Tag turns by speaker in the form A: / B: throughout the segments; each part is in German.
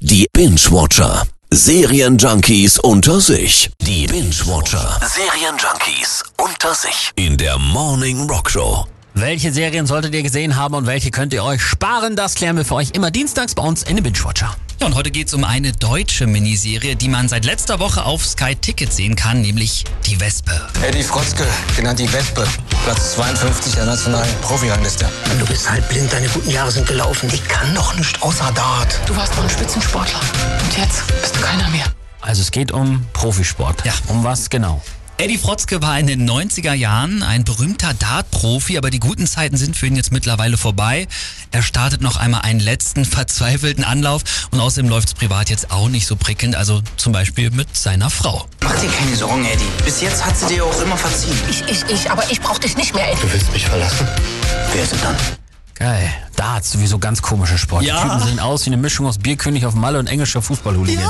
A: Die Binge-Watcher. Serienjunkies unter sich. Die Binge-Watcher. Serienjunkies unter sich. In der Morning Rock Show.
B: Welche Serien solltet ihr gesehen haben und welche könnt ihr euch sparen? Das klären wir für euch immer dienstags bei uns in den Binge Watcher.
C: Ja, und heute geht es um eine deutsche Miniserie, die man seit letzter Woche auf Sky Ticket sehen kann, nämlich Die Wespe.
D: Eddie Frotzke, genannt die Wespe, Platz 52 der nationalen Profirangliste.
E: Du bist halt blind, deine guten Jahre sind gelaufen. Ich kann doch nicht außer Dart.
F: Du warst mal ein Spitzensportler. Und jetzt bist du keiner mehr.
B: Also es geht um Profisport.
C: Ja.
B: Um was genau?
C: Eddie Frotzke war in den 90er Jahren ein berühmter Dart-Profi, aber die guten Zeiten sind für ihn jetzt mittlerweile vorbei. Er startet noch einmal einen letzten verzweifelten Anlauf und außerdem läuft's privat jetzt auch nicht so prickelnd, also zum Beispiel mit seiner Frau.
G: Mach dir keine Sorgen, Eddie. Bis jetzt hat sie dir auch immer verziehen.
F: Ich, ich, ich, aber ich brauch dich nicht mehr, Ed.
D: Du willst mich verlassen? Wer sind dann?
B: Geil. Darts, sowieso ganz komischer Sport.
C: Ja.
B: Die Typen sehen aus wie eine Mischung aus Bierkönig auf Malle und englischer Fußballhooligan.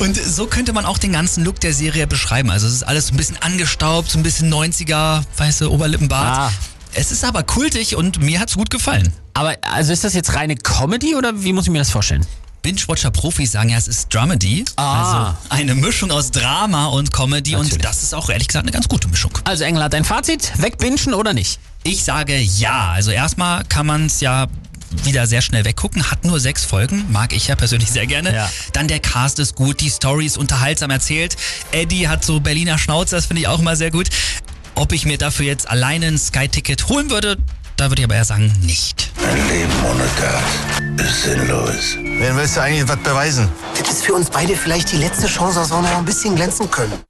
C: Und so könnte man auch den ganzen Look der Serie beschreiben. Also es ist alles so ein bisschen angestaubt, so ein bisschen 90er, weiße Oberlippenbart.
B: Ah.
C: Es ist aber kultig und mir hat's gut gefallen.
B: Aber also ist das jetzt reine Comedy oder wie muss ich mir das vorstellen?
C: Binge-Watcher-Profis sagen ja, es ist Dramedy.
B: Ah.
C: Also eine Mischung aus Drama und Comedy
B: Natürlich.
C: und das ist auch ehrlich gesagt eine ganz gute Mischung.
B: Also Engel hat ein Fazit, wegbingen oder nicht?
C: Ich sage ja. Also erstmal kann man es ja wieder sehr schnell weggucken, hat nur sechs Folgen, mag ich ja persönlich sehr gerne.
B: Ja.
C: Dann der Cast ist gut, die Story ist unterhaltsam erzählt. Eddie hat so Berliner Schnauze, das finde ich auch immer sehr gut. Ob ich mir dafür jetzt alleine ein Sky-Ticket holen würde, da würde ich aber eher sagen, nicht.
H: Ein Leben ohne Tat ist sinnlos.
D: Wen willst du eigentlich was beweisen?
E: Das ist für uns beide vielleicht die letzte Chance, dass wir noch ein bisschen glänzen können.